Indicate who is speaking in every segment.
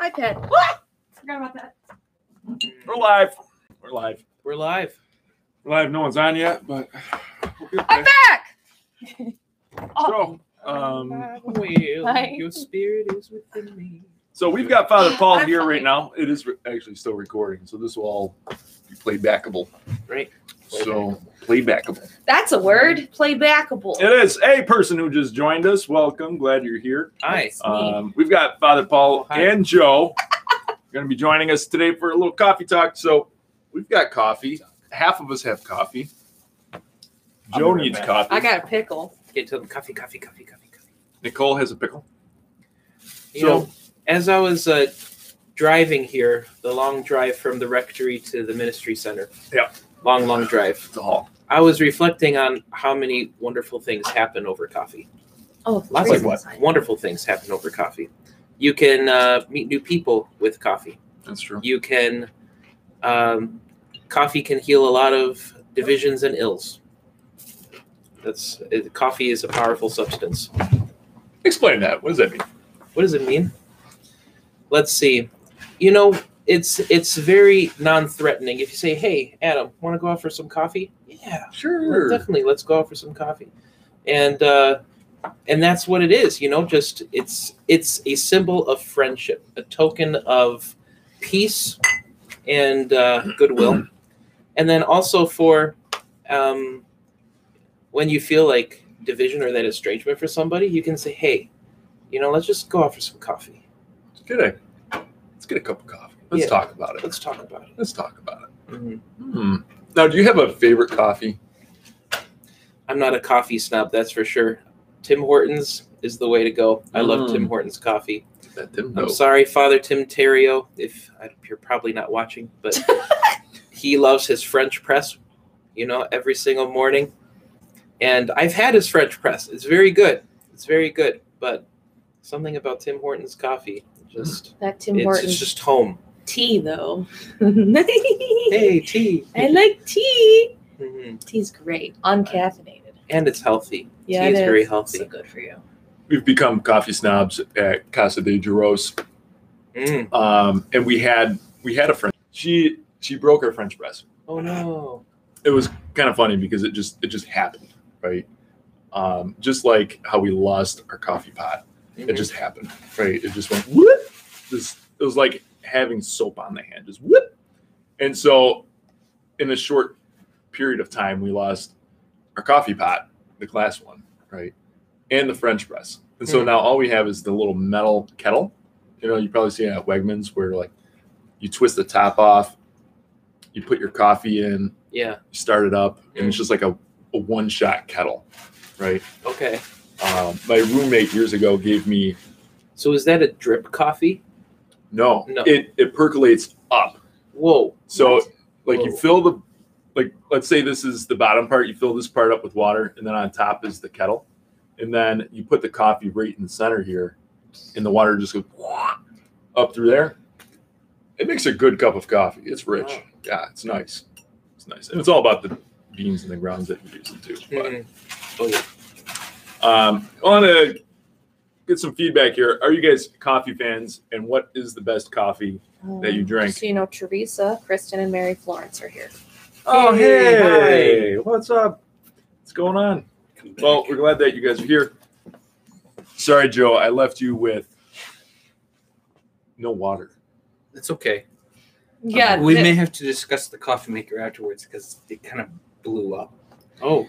Speaker 1: iPad. Forgot about that.
Speaker 2: We're live. We're live.
Speaker 3: We're live.
Speaker 2: We're live. No one's on yet, but we'll be
Speaker 1: I'm
Speaker 2: okay.
Speaker 1: back.
Speaker 4: Oh,
Speaker 1: Oh,
Speaker 2: So, um,
Speaker 3: Will,
Speaker 4: Hi.
Speaker 3: Your spirit is within me.
Speaker 2: so we've got Father Paul
Speaker 1: I'm
Speaker 2: here
Speaker 1: fine.
Speaker 2: right now. It is re- actually still recording, so this will all be playbackable.
Speaker 3: Great.
Speaker 2: So playbackable.
Speaker 1: That's a word. Playbackable.
Speaker 2: It is a person who just joined us. Welcome. Glad you're here.
Speaker 3: Hi.
Speaker 4: It's me.
Speaker 2: Um, we've got Father Paul
Speaker 3: Hi.
Speaker 2: and Joe going to be joining us today for a little coffee talk. So we've got coffee. Half of us have coffee.
Speaker 3: I'll be
Speaker 2: Joe
Speaker 3: right
Speaker 2: needs
Speaker 3: back.
Speaker 2: coffee.
Speaker 1: I got a pickle.
Speaker 3: Get to the coffee, coffee, coffee, coffee, coffee.
Speaker 2: Nicole has a pickle.
Speaker 3: You
Speaker 2: So-
Speaker 3: know, as I was uh, driving here, the long drive from the rectory to the ministry center.
Speaker 2: Yeah.
Speaker 3: Long, long drive.
Speaker 2: It's all.
Speaker 3: I was reflecting on how many wonderful things happen over coffee.
Speaker 1: Oh,
Speaker 3: Lots
Speaker 2: Like
Speaker 3: of
Speaker 2: what?
Speaker 3: wonderful things happen over coffee. You can uh, meet new people with coffee.
Speaker 2: That's true.
Speaker 3: You can, um, coffee can heal a lot of divisions and ills. That's it, coffee is a powerful substance.
Speaker 2: Explain that. What does that mean?
Speaker 3: What does it mean? Let's see. You know, it's it's very non-threatening. If you say, "Hey, Adam, want to go out for some coffee?" Yeah,
Speaker 2: Sure.
Speaker 3: definitely. Let's go out for some coffee, and uh, and that's what it is. You know, just it's it's a symbol of friendship, a token of peace and uh, goodwill, and then also for um, when you feel like division or that estrangement for somebody, you can say, "Hey, you know, let's just go out for some coffee.
Speaker 2: Let's get a, let's get a cup of coffee. Let's
Speaker 3: Yeah.
Speaker 2: talk about it.
Speaker 3: Let's talk about it."
Speaker 2: Let's talk about it. Hmm. Now, do you have a favorite coffee?
Speaker 3: I'm not a coffee snob, that's for sure. Tim Hortons is the way to go. I love
Speaker 2: Mm.
Speaker 3: Tim Hortons coffee.
Speaker 2: That didn't
Speaker 3: I'm sorry, Father Tim Terrio, if I, you're probably not watching, but he loves his French press, you know, every single morning. And I've had his French press. It's very good. It's very good. But something about Tim Hortons coffee, just
Speaker 4: That Tim
Speaker 3: it's,
Speaker 4: Hortons
Speaker 3: it's just home.
Speaker 4: tea, though.
Speaker 3: Hey, tea.
Speaker 4: I like tea.
Speaker 3: Mhm.
Speaker 4: Tea's great, uncaffeinated.
Speaker 3: And it's healthy.
Speaker 4: Yeah,
Speaker 3: tea
Speaker 4: it
Speaker 3: is very
Speaker 4: is.
Speaker 3: healthy.
Speaker 4: So good for you.
Speaker 2: We've become coffee snobs at Casa de Jaros.
Speaker 3: Mm.
Speaker 2: Um, and we had we had a friend. She she broke her French press.
Speaker 3: Oh no.
Speaker 2: It was kind of funny because it just it just happened, right? Um, just like how we lost our coffee pot. It
Speaker 3: Mhm.
Speaker 2: just happened, right? It just went whoop. Just it was like having soap on the hand, just whoop. And so, in a short period of time, we lost our coffee pot, the glass one, right, and the French press. And so
Speaker 3: Hmm.
Speaker 2: now all we have is the little metal kettle. You know, you probably see it at Wegmans where like you twist the top off, you put your coffee in,
Speaker 3: yeah.
Speaker 2: you start it up, and it's just like a, a one shot kettle, right?
Speaker 3: Okay.
Speaker 2: Um, my roommate years ago gave me
Speaker 3: So is that a drip coffee?
Speaker 2: No,
Speaker 3: No.
Speaker 2: It it percolates up.
Speaker 3: Whoa.
Speaker 2: So
Speaker 3: What?
Speaker 2: like you
Speaker 3: Whoa.
Speaker 2: fill the like let's say this is the bottom part, you fill this part up with water, and then on top is the kettle. And then you put the coffee right in the center here, and the water just goes up through there. It makes a good cup of coffee. It's rich.
Speaker 3: Wow.
Speaker 2: Yeah, it's nice. It's nice. And it's all about the beans and the grounds that you use it too. But
Speaker 3: Mhm. Oh yeah. Mm-hmm.
Speaker 2: um, I want to get some feedback here. Are you guys coffee fans? And what is the best coffee that you
Speaker 4: Um,
Speaker 2: drink?
Speaker 4: just so you know, Teresa, Kristen, and Mary Florence are here.
Speaker 2: Oh,
Speaker 3: Hey,
Speaker 2: hey. What's up? What's going on? Well, we're glad that you guys are here. Sorry, Joe, I left you with no water.
Speaker 5: It's okay.
Speaker 4: Yeah,
Speaker 5: we
Speaker 4: th-
Speaker 5: may have to discuss the coffee maker afterwards because it kind of blew up.
Speaker 3: Oh.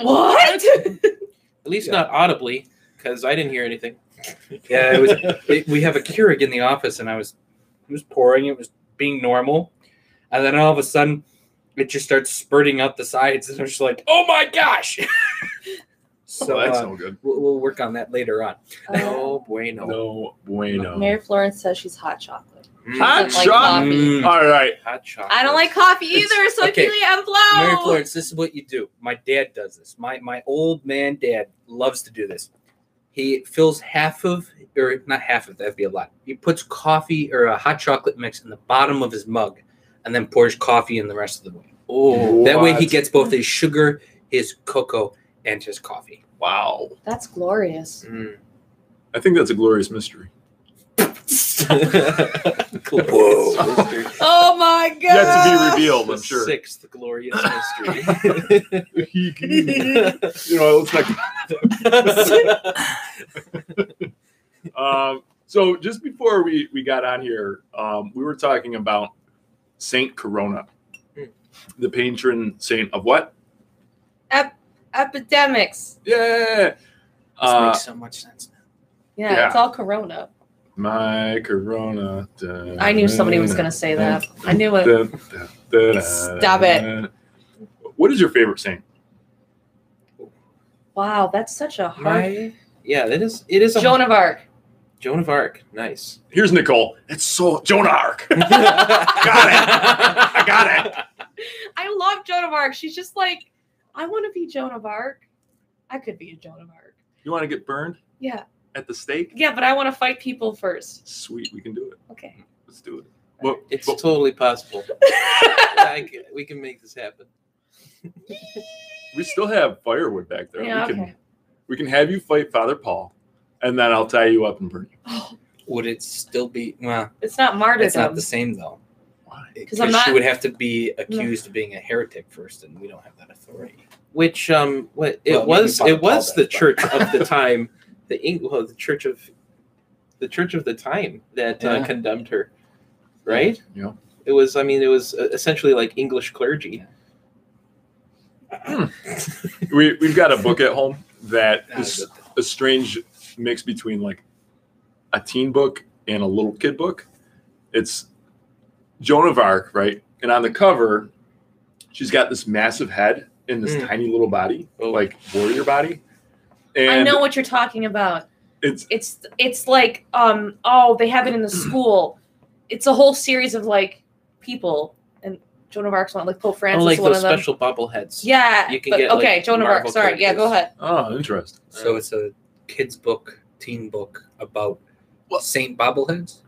Speaker 4: what?
Speaker 3: At least
Speaker 2: Yeah.
Speaker 3: not audibly, because I didn't hear anything.
Speaker 5: Yeah, it was. it, we have a Keurig in the office, and I was, it was pouring. It was being normal, and then all of a sudden, it just starts spurting out the sides, and I'm just like, "Oh my gosh!" so
Speaker 2: oh, that's
Speaker 5: uh,
Speaker 2: no good.
Speaker 5: we'll, well work on that later on.
Speaker 4: Uh,
Speaker 3: oh bueno.
Speaker 2: No bueno.
Speaker 4: Mary Florence says she's hot chocolate.
Speaker 3: Mm,
Speaker 2: Hot
Speaker 4: Doesn't like
Speaker 2: chocolate.
Speaker 4: coffee.
Speaker 5: Mm.
Speaker 2: All right.
Speaker 3: hot chocolate.
Speaker 4: I don't like coffee either,
Speaker 5: It's-
Speaker 4: so
Speaker 5: okay.
Speaker 4: I feel I'm blown.
Speaker 5: Mary Florence, this is what you do. My dad does this. My my old man dad loves to do this. He fills half of, or not half of, that'd be a lot. He puts coffee or a hot chocolate mix in the bottom of his mug, and then pours coffee in the rest of the way.
Speaker 3: Oh,
Speaker 5: That way, he
Speaker 2: What?
Speaker 5: gets both his sugar, his cocoa, and his coffee.
Speaker 2: Wow.
Speaker 4: That's glorious.
Speaker 3: mm.
Speaker 2: I think that's a glorious mystery.
Speaker 3: glorious
Speaker 2: Whoa.
Speaker 3: mystery.
Speaker 4: Oh my god.
Speaker 2: Yet to be revealed,
Speaker 3: The
Speaker 2: I'm sure.
Speaker 3: Sixth glorious mystery.
Speaker 2: you know, it looks like Um, so just before we, we got on here, um, we were talking about Saint Corona,
Speaker 3: Hmm.
Speaker 2: the patron saint of what?
Speaker 4: Epidemics.
Speaker 2: Yeah.
Speaker 5: This
Speaker 2: Uh,
Speaker 5: makes so much sense.
Speaker 4: Yeah,
Speaker 2: Yeah.
Speaker 4: it's all corona.
Speaker 2: my Corona. da-
Speaker 1: I knew somebody was going to say that. I knew it.
Speaker 2: da- da- da- da-
Speaker 4: Stop it.
Speaker 2: What is your favorite saint?
Speaker 1: Wow, that's such a hard.
Speaker 3: My, yeah, that is. It is a
Speaker 4: Joan of Arc.
Speaker 3: Joan of Arc. Nice.
Speaker 2: Here's Nicole. It's so Joan of Arc.
Speaker 3: got it.
Speaker 2: I got it.
Speaker 4: I love Joan of Arc. She's just like, I want to be Joan of Arc. I could be a Joan of Arc.
Speaker 2: You want to get burned
Speaker 4: Yeah.
Speaker 2: at the stake?
Speaker 4: Yeah, but I want to fight people first.
Speaker 2: Sweet, we can do it.
Speaker 4: Okay.
Speaker 2: Let's do it. What,
Speaker 3: It's
Speaker 2: what-
Speaker 3: totally possible. I c we can make this happen.
Speaker 2: we still have firewood back there.
Speaker 4: Yeah,
Speaker 2: we can
Speaker 4: okay.
Speaker 2: we can have you fight Father Paul, and then I'll tie you up and burn you.
Speaker 5: Would it still be? Well,
Speaker 4: It's not
Speaker 5: it's not
Speaker 4: martyrdom.
Speaker 5: the same though.
Speaker 2: Why?
Speaker 5: Because
Speaker 4: 'Cause I'm
Speaker 5: she
Speaker 4: not-
Speaker 5: would have to be accused of being a heretic first, and we don't have that authority.
Speaker 3: Which um, what it
Speaker 5: Well, you
Speaker 3: was?
Speaker 5: can
Speaker 3: It was
Speaker 5: call
Speaker 3: the
Speaker 5: that,
Speaker 3: church of the time. The Eng- well, the church of, the church of the time that uh,
Speaker 5: Yeah.
Speaker 3: condemned her, right?
Speaker 2: Yeah.
Speaker 3: It was. I mean, it was uh, essentially like English clergy.
Speaker 2: We we've got a book at home that
Speaker 5: That
Speaker 2: is
Speaker 5: is a-
Speaker 2: a strange mix between like a teen book and a little kid book. It's Joan of Arc, right? And on the cover, she's got this massive head and this
Speaker 3: Mm.
Speaker 2: tiny little body,
Speaker 3: Oh.
Speaker 2: like warrior body. And
Speaker 4: I know what you're talking about.
Speaker 2: it's
Speaker 4: It's it's like um oh they have it in the school. It's a whole series of like people and Joan of Arc's one like Pope Francis
Speaker 3: oh, like
Speaker 4: is one
Speaker 3: those
Speaker 4: of them.
Speaker 3: special bobbleheads.
Speaker 4: yeah.
Speaker 3: you can
Speaker 4: but-
Speaker 3: get, like,
Speaker 4: okay, Joan of Arc.
Speaker 3: Marvel
Speaker 4: Sorry. Yeah, go
Speaker 3: characters.
Speaker 4: ahead.
Speaker 2: oh interesting.
Speaker 5: So it's a kids' book, teen book about Saint bobbleheads.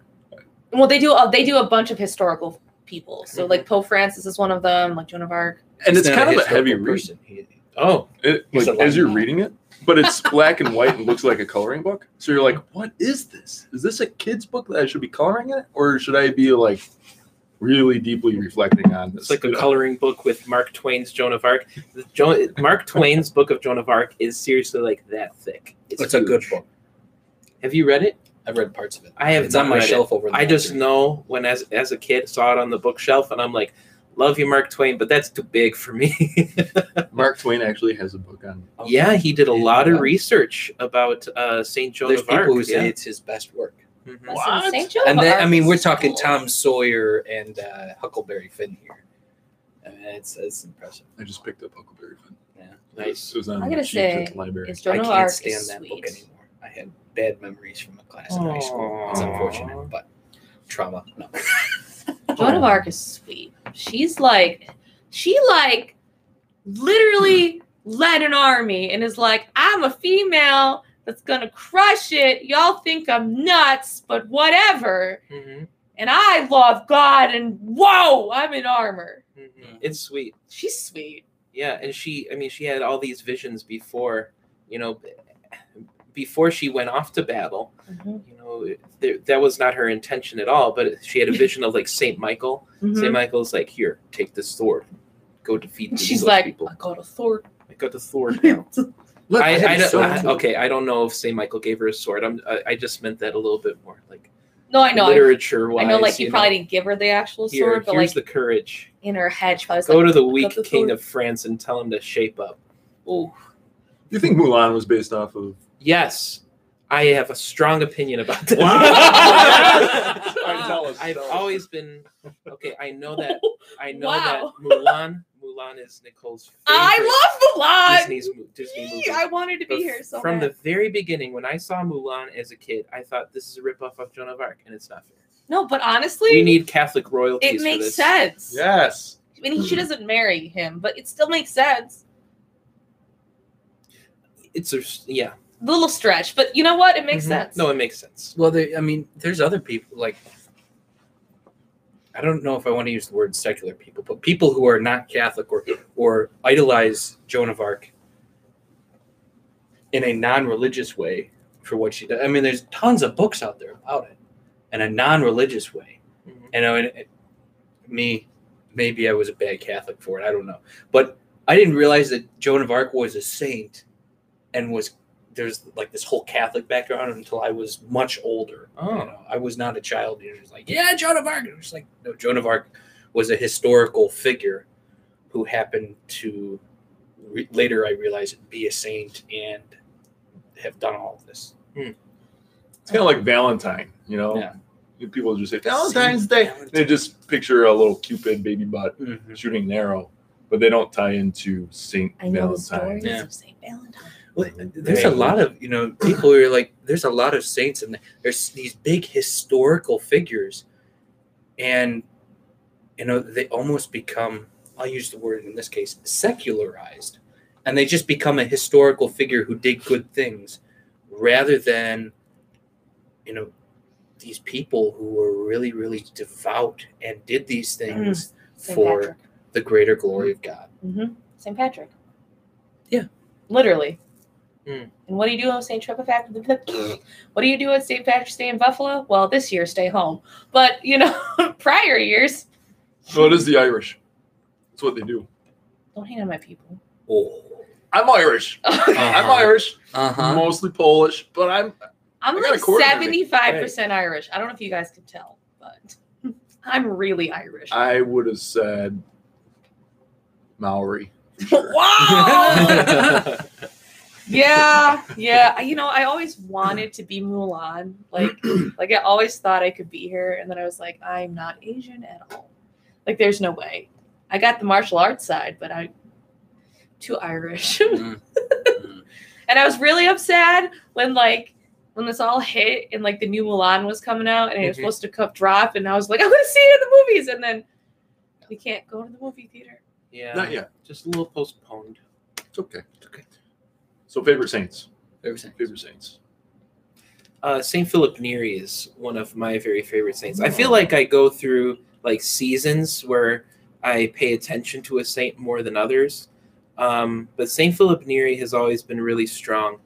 Speaker 4: Well, they do uh, they do a bunch of historical people. So
Speaker 5: Mhm.
Speaker 4: like Pope Francis is one of them, like Joan of Arc.
Speaker 2: And
Speaker 5: He's
Speaker 2: it's
Speaker 5: not
Speaker 2: kind of a
Speaker 5: historical
Speaker 2: heavy read.
Speaker 5: person. He-
Speaker 3: Oh,
Speaker 2: It,
Speaker 5: He's
Speaker 2: like,
Speaker 5: a
Speaker 2: as you're
Speaker 5: lightning.
Speaker 2: reading it, but it's black and white and looks like a coloring book. So you're like, what is this? Is this a kid's book that I should be coloring it? Or should I be like really deeply reflecting on this?
Speaker 3: it's like a coloring book with Mark Twain's Joan of Arc. The jo- Mark Twain's book of Joan of Arc is seriously like that thick.
Speaker 5: It's, a good book.
Speaker 3: Have you read it?
Speaker 5: I've read parts of it.
Speaker 3: I have
Speaker 5: It's on
Speaker 3: not
Speaker 5: my
Speaker 3: read it.
Speaker 5: shelf over. in the
Speaker 3: I just
Speaker 5: library.
Speaker 3: know when as as a kid saw it on the bookshelf and I'm like, love you, Mark Twain, but that's too big for me.
Speaker 2: Mark Twain actually has a book on
Speaker 5: Okay.
Speaker 3: yeah, he did a
Speaker 5: Yeah,
Speaker 3: lot of
Speaker 5: yeah.
Speaker 3: research about uh, Saint Joan
Speaker 5: There's
Speaker 3: of Arc.
Speaker 5: people who
Speaker 3: yeah.
Speaker 5: say it's his best work.
Speaker 3: Mhm.
Speaker 4: Listen,
Speaker 2: What?
Speaker 4: Saint Joan
Speaker 5: and
Speaker 4: of
Speaker 5: then,
Speaker 4: Arc
Speaker 5: I mean, we're
Speaker 4: is
Speaker 5: talking
Speaker 4: cool.
Speaker 5: Tom Sawyer and uh, Huckleberry Finn here. I mean, it's, it's impressive.
Speaker 2: I just picked up Huckleberry Finn.
Speaker 5: Yeah.
Speaker 3: Nice.
Speaker 2: It was on
Speaker 4: I'm
Speaker 2: the
Speaker 4: gonna
Speaker 2: cheap at
Speaker 4: say
Speaker 2: the library.
Speaker 4: Is Joan
Speaker 5: I
Speaker 4: of
Speaker 5: can't
Speaker 4: Arc
Speaker 5: stand
Speaker 4: is
Speaker 5: that book
Speaker 4: sweet.
Speaker 5: anymore. I had bad memories from a class in high school. It's
Speaker 3: Aw.
Speaker 5: unfortunate, but trauma. No.
Speaker 4: Joan
Speaker 3: Oh.
Speaker 4: of Arc is sweet. She's like, she like, literally led an army and is like, I'm a female that's gonna crush it. Y'all think I'm nuts, but whatever.
Speaker 3: Mhm,
Speaker 4: And I love God, and whoa, I'm in armor.
Speaker 5: Mm.
Speaker 3: mhm. It's sweet.
Speaker 4: She's sweet.
Speaker 3: Yeah, and she, I mean, she had all these visions before, you know, b- before she went off to battle. You know, there, that was not her intention at all, but she had a vision of like Saint Michael. Saint Michael's like, here, take this sword, go defeat
Speaker 4: Mm-hmm. And
Speaker 3: these
Speaker 4: she's
Speaker 3: those
Speaker 4: like,
Speaker 3: people.
Speaker 4: I got a sword.
Speaker 3: I got the sword now.
Speaker 2: Look,
Speaker 3: I, I,
Speaker 2: had
Speaker 3: don't-
Speaker 2: so
Speaker 3: I-
Speaker 2: much-
Speaker 3: okay, I don't know if St. Michael gave her a sword. I'm, I, I just meant that a little bit more, like
Speaker 4: No, I know. I-
Speaker 3: literature wise.
Speaker 4: I know, like, you, probably didn't give her the actual
Speaker 3: here,
Speaker 4: sword, but
Speaker 3: here's
Speaker 4: like
Speaker 3: the courage.
Speaker 4: in her head, she probably was
Speaker 3: Go
Speaker 4: like,
Speaker 3: to
Speaker 4: "I
Speaker 3: the
Speaker 4: got
Speaker 3: weak king
Speaker 4: sword."
Speaker 3: of France and tell him to shape up.
Speaker 4: Ooh.
Speaker 2: You think Mulan was based off of
Speaker 3: Yes, I have a strong opinion about this.
Speaker 4: Wow.
Speaker 3: I've always been okay. I know that. I know
Speaker 4: Wow.
Speaker 3: that Mulan. Mulan is Nicole's favorite
Speaker 4: I love Mulan.
Speaker 3: Disney's mo- Disney movie.
Speaker 4: Yee, I wanted to be
Speaker 3: But
Speaker 4: here so
Speaker 3: from
Speaker 4: bad.
Speaker 3: the very beginning, when I saw Mulan as a kid, I thought this is a ripoff of Joan of Arc, and it's not fair.
Speaker 4: no, but
Speaker 3: We
Speaker 4: honestly,
Speaker 3: need Catholic royalties.
Speaker 4: it
Speaker 3: for
Speaker 4: makes
Speaker 3: this. Mm-hmm.
Speaker 4: sense.
Speaker 2: Yes.
Speaker 4: I mean, he, she doesn't marry him, but it still makes sense.
Speaker 3: It's a yeah.
Speaker 4: Little stretch, but you know what? It makes
Speaker 3: Mhm.
Speaker 4: sense.
Speaker 3: No, it makes sense.
Speaker 5: Well, there, I mean, there's other people like I don't know if I want to use the word secular people, but people who are not Catholic or or idolize Joan of Arc in a non-religious way for what she does. I mean, there's tons of books out there about it, in a non-religious way.
Speaker 3: Mhm.
Speaker 5: You know, and it, me, maybe I was a bad Catholic for it. I don't know, but I didn't realize that Joan of Arc was a saint, and was there's like this whole Catholic background until I was much older. You
Speaker 3: Oh,
Speaker 5: know, I was not a child. You know, it was like, yeah, Joan of Arc. And It was like, no, Joan of Arc was a historical figure who happened to re- later I realized be a saint and have done all of this.
Speaker 2: It's kind of like Valentine, you know.
Speaker 5: Yeah.
Speaker 2: People just say Valentine's Day. They just picture a little Cupid baby butt shooting an arrow, but they don't tie into Saint
Speaker 4: I know the
Speaker 2: Valentine.
Speaker 4: stories
Speaker 5: Yeah.
Speaker 4: of St. Valentine.
Speaker 5: Well, there's a lot of you know people who are like there's a lot of saints and there's these big historical figures, and you know they almost become I'll use the word in this case secularized, and they just become a historical figure who did good things, rather than you know these people who were really really devout and did these things
Speaker 4: St.
Speaker 5: for
Speaker 4: Patrick.
Speaker 5: the greater glory of God.
Speaker 4: Mm-hmm. St. Patrick.
Speaker 5: Yeah.
Speaker 4: Literally.
Speaker 3: Mm.
Speaker 4: And what do you do on St. Tripac? What do you do on St. Patrick's Day in Buffalo? Well, this year, stay home. But, you know, prior years,
Speaker 2: So it is the Irish. That's what they do.
Speaker 4: don't hate on my people.
Speaker 5: Oh,
Speaker 2: I'm Irish. I'm
Speaker 3: Oh.
Speaker 5: Uh-huh.
Speaker 2: Irish,
Speaker 5: uh
Speaker 2: mostly Polish, but I'm
Speaker 4: I'm
Speaker 2: I got a
Speaker 4: like
Speaker 2: quarter of it.
Speaker 4: 75% Irish. I don't know if you guys can tell, but I'm really Irish.
Speaker 2: I would have said Maori.
Speaker 4: wow! yeah, yeah. I- You know, I always wanted to be Mulan. Like, like I always thought I could be here, and then I was like, I'm not Asian at all. Like, there's no way. I got the martial arts side, but I too Irish.
Speaker 3: Mm-hmm.
Speaker 5: Mm. Mm.
Speaker 4: and I was really upset when like when this all hit and like the new Mulan was coming out and it was
Speaker 3: Mm-hmm.
Speaker 5: Mhm.
Speaker 4: supposed to come drop, and I was like, I'm gonna see it in the movies, and then we can't go to the movie theater.
Speaker 3: yeah.
Speaker 2: Not yet.
Speaker 3: Just a little postponed.
Speaker 2: It's okay. It's
Speaker 5: okay.
Speaker 2: So favorite saints.
Speaker 5: Everything.
Speaker 2: Favorite saints.
Speaker 3: Uh, Saint Philip Neri is one of my very favorite saints. I feel like I go through like seasons where I pay attention to a saint more than others. Um, but Saint Philip Neri has always been really strong.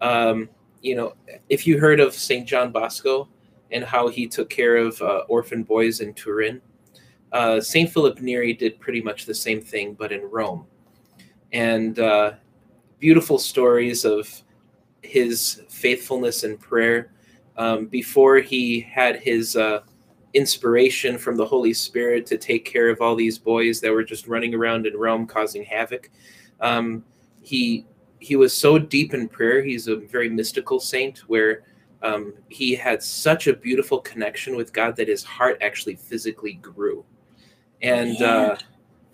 Speaker 3: Um, you know, if you heard of Saint John Bosco and how he took care of uh, orphan boys in Turin, uh, Saint Philip Neri did pretty much the same thing, but in Rome. And uh, beautiful stories of his faithfulness in prayer um, before he had his uh, inspiration from the Holy Spirit to take care of all these boys that were just running around in Rome causing havoc. Um, he he was so deep in prayer. He's a very mystical saint where um, he had such a beautiful connection with God that his heart actually physically grew. And uh,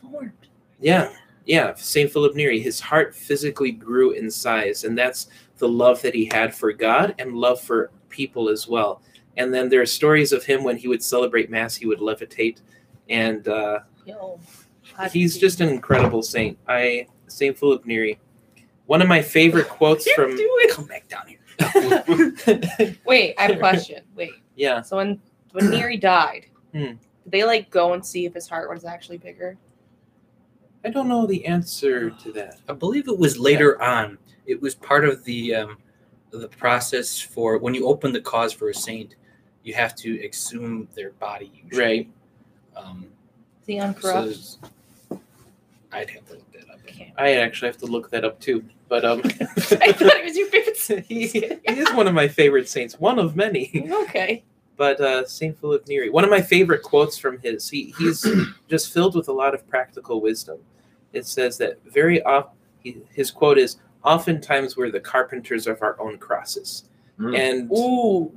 Speaker 4: Lord.
Speaker 3: yeah, yeah. Saint Philip Neri, his heart physically grew in size, and that's the love that he had for God and love for people as well. And then there are stories of him when he would celebrate Mass, he would levitate, and uh,
Speaker 4: Yo, I-
Speaker 3: he's just an incredible saint. I Saint Philip Neri. One of my favorite quotes
Speaker 4: Can't
Speaker 3: from
Speaker 4: do it.
Speaker 5: Come back down here.
Speaker 4: Wait, I have a question. Wait.
Speaker 3: yeah,
Speaker 4: So when when Neri died,
Speaker 3: Hmm.
Speaker 4: did they like go and see if his heart was actually bigger?
Speaker 3: I don't know the answer to that.
Speaker 5: I believe it was later on. It was part of the um, the process for when you open the cause for a saint, you have to exhume their body. Usually.
Speaker 3: Right.
Speaker 5: Um,
Speaker 4: The
Speaker 5: so
Speaker 4: uncorrupt.
Speaker 5: there's- I'd have to look that up.
Speaker 3: I actually have to look that up too, but um,
Speaker 4: I thought it was your favorite. saint.
Speaker 3: he, he is one of my favorite saints, one of many.
Speaker 4: okay.
Speaker 3: but uh, Saint Philip Neri. One of my favorite quotes from his. He he's just filled with a lot of practical wisdom. It says that very often his quote is, "Oftentimes we're the carpenters of our own crosses,"
Speaker 2: Mm.
Speaker 3: and
Speaker 4: Ooh.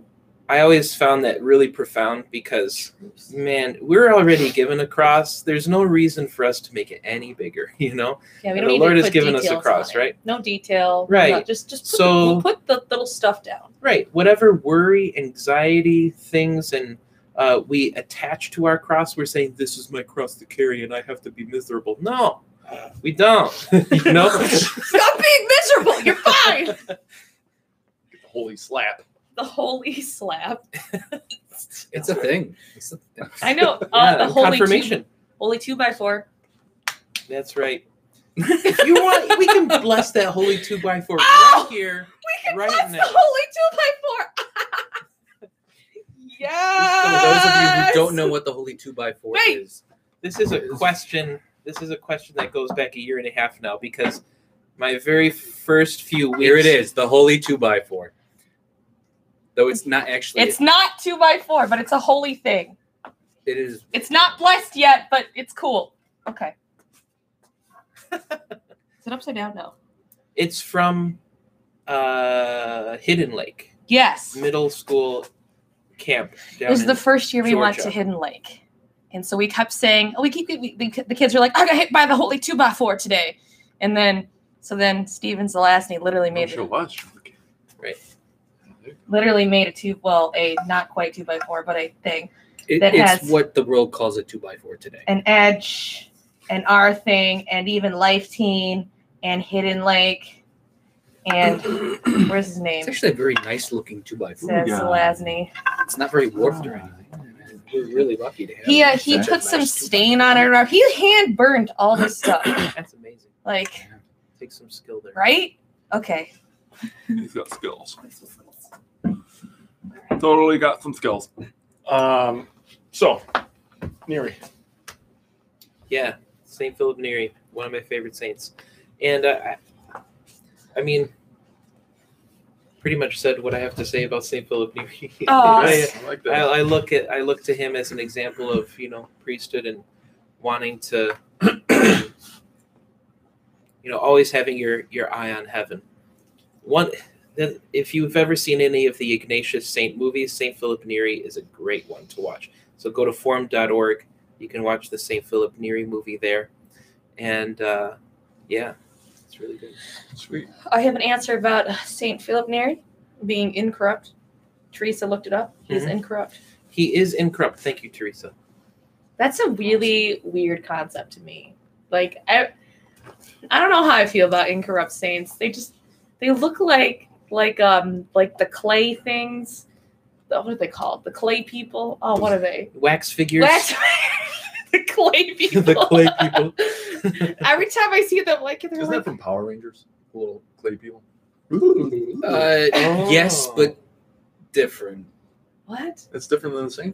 Speaker 3: I always found that really profound because man, we're already given a cross. There's no reason for us to make it any bigger, you know.
Speaker 4: Yeah, we
Speaker 3: And
Speaker 4: don't
Speaker 3: the
Speaker 4: need
Speaker 3: Lord
Speaker 4: to
Speaker 3: has
Speaker 4: put
Speaker 3: given us a
Speaker 4: details
Speaker 3: cross,
Speaker 4: on it.
Speaker 3: right?
Speaker 4: No detail.
Speaker 3: Right.
Speaker 4: No, just just put,
Speaker 3: So-
Speaker 4: the, put the little stuff down.
Speaker 3: Right. Whatever worry, anxiety, things, and uh, we attach to our cross, we're saying, This is my cross to carry and I have to be miserable. No, we don't. you know?
Speaker 4: Stop being miserable. You're fine.
Speaker 2: Get the holy slap.
Speaker 4: the holy slap.
Speaker 5: It's a thing. It's a thing.
Speaker 4: I know.
Speaker 3: Yeah,
Speaker 4: Uh, the
Speaker 3: and
Speaker 4: holy two,
Speaker 3: confirmation.
Speaker 4: holy two by four.
Speaker 3: That's right. If you want, we can bless that holy two by four
Speaker 4: Ow!
Speaker 3: right here.
Speaker 4: We can
Speaker 3: Right
Speaker 4: bless
Speaker 3: now.
Speaker 4: the holy two by four.
Speaker 5: For those of you
Speaker 4: Yes.
Speaker 5: who don't know what the holy two by four
Speaker 4: Wait.
Speaker 5: is,
Speaker 3: This is a question. This is a question that goes back a year and a half now because my very first few weeks.
Speaker 5: here it is, the holy two by four. Though it's not actually,
Speaker 4: It's not two by four, but it's a holy thing.
Speaker 5: it is
Speaker 4: It's not blessed yet, but it's cool. Okay. is it upside down? No.
Speaker 3: It's from uh, Hidden Lake
Speaker 4: Yes.
Speaker 3: Middle School camp. Down
Speaker 4: It was
Speaker 3: in-
Speaker 4: the first year we went to
Speaker 3: Georgia.
Speaker 4: Hidden Lake. And so we kept saying, oh, we keep, we, we- the kids were like, I got hit by the holy two by four today. And then, so then Steven's the last, and he literally
Speaker 2: I'm
Speaker 4: made
Speaker 2: sure
Speaker 4: it,
Speaker 2: was. Okay.
Speaker 3: Right.
Speaker 4: literally made a two, well, a not quite two by four, but a thing,
Speaker 5: It,
Speaker 4: that
Speaker 5: it's
Speaker 4: has-
Speaker 5: what the world calls a two by four today.
Speaker 4: an edge, an R thing, and even Life Teen, and Hidden Lake, and where's his name?
Speaker 5: It's actually a very nice looking two by four.
Speaker 4: Says
Speaker 2: Yeah.
Speaker 4: Selazny.
Speaker 5: It's not very warped or anything. We're really lucky to have.
Speaker 4: He uh, he
Speaker 5: such a
Speaker 4: put some
Speaker 5: nice two by
Speaker 4: stain
Speaker 5: four.
Speaker 4: on it. or- He hand burned all this stuff.
Speaker 3: That's amazing.
Speaker 4: Like,
Speaker 3: Take some skill there.
Speaker 4: right? Okay.
Speaker 2: He's got skills. Totally got some skills. Um, so, Neri,
Speaker 3: Yeah, Saint Philip Neri, one of my favorite saints, and uh, I, I mean, pretty much said what I have to say about Saint Philip Neri.
Speaker 4: Aw.
Speaker 3: I, uh,
Speaker 2: I like
Speaker 3: I,
Speaker 2: that.
Speaker 3: I look at I look to him as an example of you know priesthood and wanting to, you know, always having your your eye on heaven. One, that if you've ever seen any of the Ignatius Saint movies, Saint Philip Neri is a great one to watch. So go to forum.org. You can watch the Saint Philip Neri movie there, and uh, yeah, it's really good.
Speaker 2: Sweet.
Speaker 4: I have an answer about Saint Philip Neri being incorrupt. Teresa looked it up. He's
Speaker 3: Mhm.
Speaker 4: incorrupt.
Speaker 3: He is incorrupt. Thank you, Teresa.
Speaker 4: That's a really weird concept to me. Like I, I don't know how I feel about incorrupt saints. They just they look like like um like the clay things. The- What are they called? The clay people? Oh, what are they?
Speaker 3: Wax figures.
Speaker 4: Wax- the clay people.
Speaker 5: the clay people.
Speaker 4: Every time I see them, like they're
Speaker 2: Isn't
Speaker 4: like
Speaker 2: that from Power Rangers? The little clay people.
Speaker 5: Uh,
Speaker 3: Oh.
Speaker 5: Yes, but different.
Speaker 4: what?
Speaker 2: it's different than the same.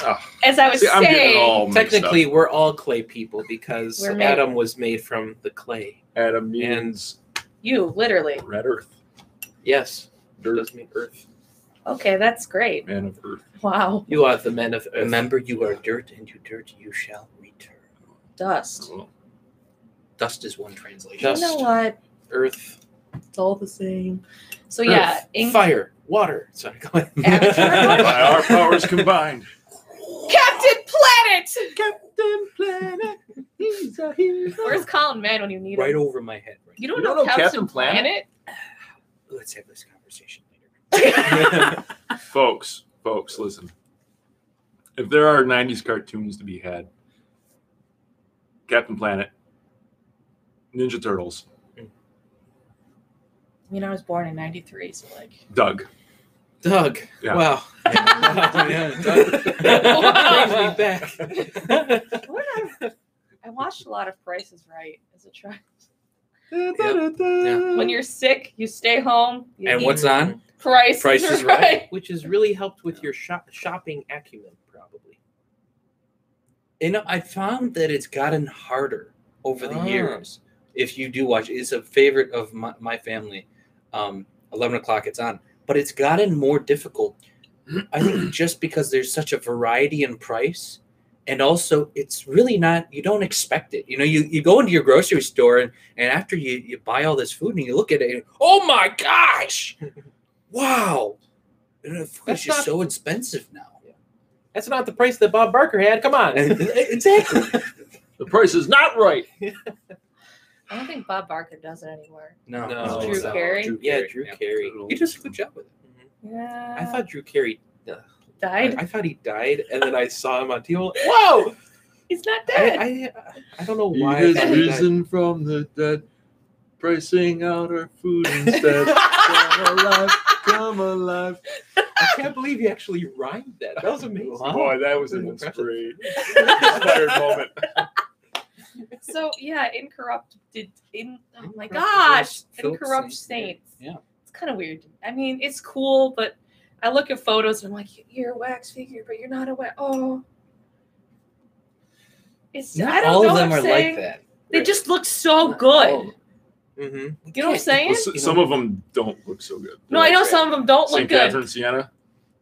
Speaker 2: Ah,
Speaker 4: As I was
Speaker 2: see, I'm getting
Speaker 4: saying,
Speaker 2: all mixed
Speaker 3: Technically,
Speaker 2: up.
Speaker 3: we're all clay people because
Speaker 4: We're made-
Speaker 3: Adam was made from the clay.
Speaker 2: Adam means
Speaker 4: you literally.
Speaker 2: red earth,
Speaker 3: Yes, it
Speaker 2: dirt,
Speaker 3: does mean earth.
Speaker 4: Okay, that's great.
Speaker 2: man of earth.
Speaker 4: Wow.
Speaker 3: You are the men of earth.
Speaker 5: Remember, you are dirt, and to dirt you shall return.
Speaker 4: Dust.
Speaker 2: Well,
Speaker 5: Dust is one translation.
Speaker 3: Dust.
Speaker 4: You know what?
Speaker 3: earth.
Speaker 4: It's all the same. So Oh, yeah,
Speaker 3: earth,
Speaker 4: in-
Speaker 3: fire, water. Sorry, go ahead.
Speaker 4: Avatar?
Speaker 2: By our powers combined.
Speaker 4: Captain Planet.
Speaker 2: Captain Planet, he's a hero.
Speaker 4: Where's Colin Man when you need
Speaker 5: right
Speaker 4: him?
Speaker 5: over my head. Right.
Speaker 4: You don't,
Speaker 2: You
Speaker 4: know, Captain, Planet?
Speaker 5: now. Let's have this conversation
Speaker 3: Planet?
Speaker 2: folks, folks, listen. If there are '90s cartoons to be had, Captain Planet, Ninja Turtles,
Speaker 4: I mean, I was born in '93, so like.
Speaker 2: Doug.
Speaker 3: Doug.
Speaker 2: Yeah.
Speaker 3: Wow.
Speaker 5: later.
Speaker 3: Brings me back.
Speaker 4: What I, I watched a lot of Prices Right as a child. When you're sick, you stay home. You
Speaker 5: and
Speaker 4: eat
Speaker 5: what's on?
Speaker 4: Price,
Speaker 5: Price
Speaker 4: is
Speaker 5: is Right.
Speaker 3: Which has really helped with your shop- shopping acumen, probably.
Speaker 5: You know, I found that it's gotten harder over the
Speaker 3: Ah.
Speaker 5: years. If you do watch, it's a favorite of my, my family. Um, Eleven o'clock, it's on, but it's gotten more difficult. I think just because there's such a variety in price, and also it's really not you don't expect it. You know, you, you go into your grocery store and, and after you, you buy all this food and you look at it, and, oh my gosh, wow, And the food is
Speaker 3: That's
Speaker 5: just
Speaker 3: not-
Speaker 5: so expensive now.
Speaker 3: That's not the price that Bob Barker had. Come on.
Speaker 5: exactly.
Speaker 2: The price is not right.
Speaker 4: I don't think Bob Barker does it anymore.
Speaker 5: No,
Speaker 3: No.
Speaker 4: Drew Carey?
Speaker 3: Yeah, Drew Carey.
Speaker 5: He does a good job with it.
Speaker 4: Yeah.
Speaker 3: I thought Drew Carey
Speaker 4: died.
Speaker 3: I, I thought he died, and then I saw him on TV. like, Whoa!
Speaker 4: He's not
Speaker 3: I,
Speaker 4: dead.
Speaker 3: I I don't know
Speaker 2: He
Speaker 3: why. I
Speaker 2: has
Speaker 3: thought he died.
Speaker 2: risen from the dead, pricing out our food instead. come alive, come alive.
Speaker 3: I can't believe he actually rhymed that. That was amazing.
Speaker 2: Boy, that was an
Speaker 3: That's
Speaker 2: inspired, inspired moment.
Speaker 4: so yeah, incorrupted. In oh my
Speaker 5: Incorrupt
Speaker 4: gosh,
Speaker 5: Philip
Speaker 4: incorrupt
Speaker 5: Saint Mary.
Speaker 4: saints.
Speaker 5: Yeah.
Speaker 4: it's kind of weird. I mean, it's cool, but I look at photos and I'm like, you're a wax figure, but you're not a wax. Oh, it's I
Speaker 5: Not
Speaker 4: don't
Speaker 5: all
Speaker 4: know
Speaker 5: of them
Speaker 4: what
Speaker 5: are
Speaker 4: I'm saying.
Speaker 5: like that.
Speaker 4: They
Speaker 5: Right.
Speaker 4: just look so
Speaker 5: Not
Speaker 4: Oh, good.
Speaker 3: Oh.
Speaker 5: all of them.
Speaker 3: Mm-hmm.
Speaker 4: You know what I'm saying?
Speaker 2: Well, s-
Speaker 5: you
Speaker 2: some of them don't look so good.
Speaker 4: No, I know
Speaker 5: Right.
Speaker 4: some of them don't look
Speaker 2: St.
Speaker 4: good.
Speaker 2: Catherine, Sienna.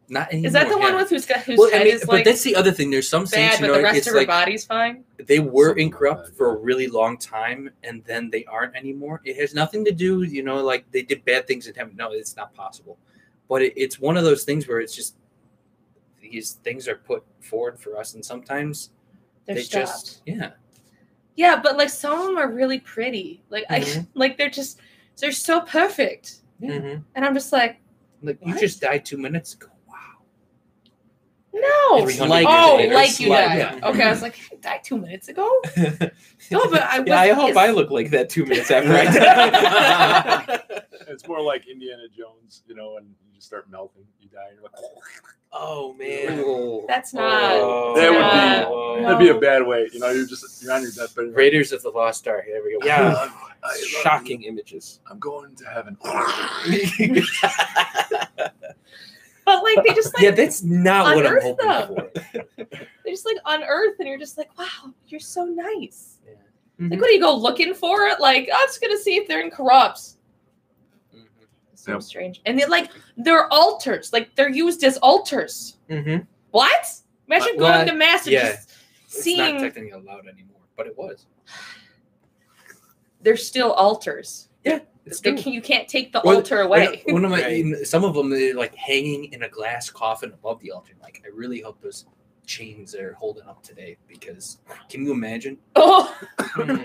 Speaker 5: Not
Speaker 3: Mm-hmm.
Speaker 4: Is that
Speaker 5: anymore,
Speaker 4: the one
Speaker 5: yeah.
Speaker 4: with whose, guy- whose
Speaker 5: Well,
Speaker 4: head
Speaker 5: I mean,
Speaker 4: is
Speaker 5: but
Speaker 4: like
Speaker 5: that's the other thing. There's some saints,
Speaker 4: bad, but
Speaker 5: you know,
Speaker 4: the rest
Speaker 5: it's
Speaker 4: of her
Speaker 5: like
Speaker 4: body's fine?
Speaker 5: they were
Speaker 2: Something like
Speaker 5: incorrupt
Speaker 2: that,
Speaker 5: for a
Speaker 2: yeah.
Speaker 5: really long time, and then they aren't anymore. It has nothing to do, you know, like they did bad things in heaven. No, it's not possible. But it, it's one of those things where it's just these things are put forward for us, and sometimes
Speaker 4: They're
Speaker 5: they
Speaker 4: stopped.
Speaker 5: just yeah.
Speaker 4: Yeah, but like some of them are really pretty. Like I
Speaker 5: Mhm.
Speaker 4: like they're just they're so perfect.
Speaker 5: Yeah.
Speaker 3: Mm-hmm.
Speaker 4: And I'm just like,
Speaker 5: Like
Speaker 4: What?
Speaker 5: you just died two minutes ago. Wow.
Speaker 4: no.
Speaker 5: It's
Speaker 4: Like,
Speaker 5: like-
Speaker 4: oh,
Speaker 5: it's
Speaker 4: like you
Speaker 5: like-
Speaker 4: died.
Speaker 5: yeah.
Speaker 4: Okay, I was like, I died two minutes ago? No, but I was
Speaker 3: yeah, I hope I look like that two minutes after I die.
Speaker 2: It's more like Indiana Jones, you know, and you just start melting, you die, and you're like,
Speaker 3: oh man,
Speaker 4: That's not
Speaker 3: Oh,
Speaker 2: That would be-
Speaker 3: oh,
Speaker 4: No.
Speaker 2: that'd be a bad way. You know, you're just you're on your deathbed. and you're like,
Speaker 5: Raiders of the Lost Ark. There we go.
Speaker 3: Yeah.
Speaker 2: I love you.
Speaker 3: shocking images.
Speaker 2: I'm going to heaven.
Speaker 4: but like they just like
Speaker 5: yeah, that's not what I'm
Speaker 4: Unearth
Speaker 5: hoping
Speaker 4: them.
Speaker 5: for.
Speaker 4: they just like unearth and you're just like, Wow, you're so nice.
Speaker 5: Yeah.
Speaker 4: Like what do you go looking for it? Like, I'm just gonna see if they're in corrupts. So
Speaker 2: Yep.
Speaker 4: strange. And they like they're altars. Like they're used as altars.
Speaker 3: Mm-hmm.
Speaker 4: What? Imagine
Speaker 5: What-
Speaker 4: going
Speaker 5: Uh, what?
Speaker 4: to mass and
Speaker 5: Yeah.
Speaker 4: just
Speaker 5: It's
Speaker 4: seeing
Speaker 5: not technically allowed anymore, but it was.
Speaker 4: they're still altars.
Speaker 5: It's
Speaker 4: They
Speaker 5: true.
Speaker 4: can, you can't take the
Speaker 5: Well,
Speaker 4: altar away.
Speaker 5: One of my,
Speaker 3: Right.
Speaker 5: in- some of them, they're like hanging in a glass coffin above the altar. Like, I really hope those chains are holding up today because can you imagine?
Speaker 4: Oh,
Speaker 3: How,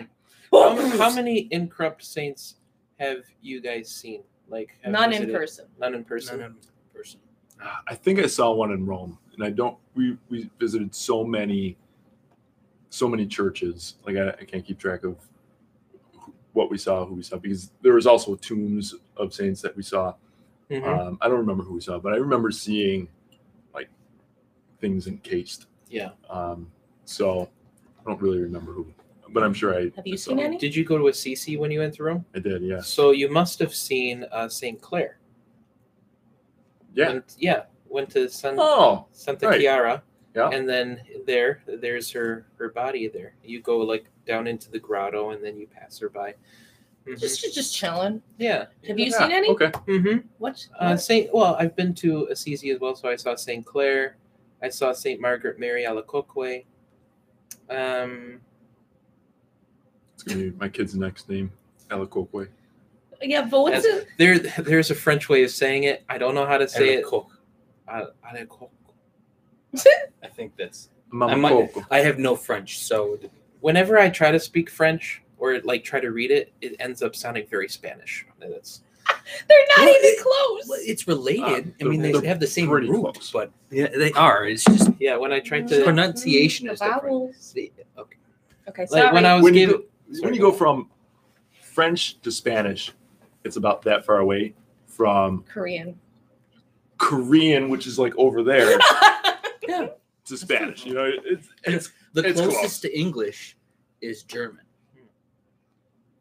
Speaker 3: how many incorrupt saints have you guys seen? Like have
Speaker 4: none in
Speaker 3: visited?
Speaker 4: person.
Speaker 3: None in person.
Speaker 5: None of person.
Speaker 2: I think I saw one in Rome, and I don't. We we visited so many, so many churches. Like I, I can't keep track of what we saw, who we saw, because there was also tombs of saints that we saw.
Speaker 3: Mhm.
Speaker 2: Um, I don't remember who we saw, but I remember seeing like things encased.
Speaker 3: Yeah.
Speaker 2: Um, so I don't really remember who, but I'm sure I.
Speaker 4: Have you
Speaker 2: I saw
Speaker 4: seen
Speaker 2: it.
Speaker 4: any?
Speaker 3: Did you go to a CC when you went to Rome?
Speaker 2: I did. Yeah.
Speaker 3: So you must have seen uh, Saint Clair.
Speaker 2: Yeah.
Speaker 3: Went, yeah. Went to San,
Speaker 2: Oh,
Speaker 3: Santa
Speaker 2: right.
Speaker 3: Chiara.
Speaker 2: Yeah.
Speaker 3: And then there, there's her her body there. You go like down into the grotto, and then you pass her by. Mhm.
Speaker 4: Just you're just chilling.
Speaker 3: yeah.
Speaker 4: Have you
Speaker 2: yeah,
Speaker 4: seen any?
Speaker 2: Okay.
Speaker 3: Mm-hmm.
Speaker 4: What?
Speaker 3: Uh, Saint. Well, I've been to Assisi as well, so I saw Saint Clair. I saw Saint Margaret Mary Alacoque. Um,
Speaker 2: It's gonna be my kid's next name, Alacoque.
Speaker 4: yeah, but what's
Speaker 3: that's-
Speaker 4: it?
Speaker 3: there, there's a French way of saying it. I don't know how to say it.
Speaker 5: Coke.
Speaker 3: Al- Alacoque.
Speaker 5: I think that's. I,
Speaker 2: Mama
Speaker 5: might,
Speaker 2: Coco.
Speaker 5: I have no French, so
Speaker 3: Whenever I try to speak French or like try to read it, it ends up sounding very Spanish. That's
Speaker 4: They're not
Speaker 5: Well,
Speaker 4: even
Speaker 5: it-
Speaker 4: close.
Speaker 5: well, it's related.
Speaker 2: Uh,
Speaker 5: I mean, they
Speaker 2: they're-
Speaker 5: have the same
Speaker 2: pretty
Speaker 5: root,
Speaker 2: close.
Speaker 5: but yeah, they are. It's just
Speaker 3: yeah. When I tried
Speaker 5: Mm, The
Speaker 3: to
Speaker 5: pronunciation
Speaker 4: Mm,
Speaker 5: is
Speaker 4: the
Speaker 5: different.
Speaker 4: vowels.
Speaker 5: okay.
Speaker 4: Okay, sorry.
Speaker 3: like when I was
Speaker 2: When you
Speaker 3: given.
Speaker 2: when
Speaker 3: Sorry,
Speaker 2: you
Speaker 3: go
Speaker 2: go from French to Spanish, it's about that far away from
Speaker 4: Korean.
Speaker 2: Korean, which is like over there,
Speaker 5: Yeah.
Speaker 2: to Spanish. You know, it's it's
Speaker 5: The
Speaker 2: It's
Speaker 5: closest
Speaker 2: close.
Speaker 5: to English is German.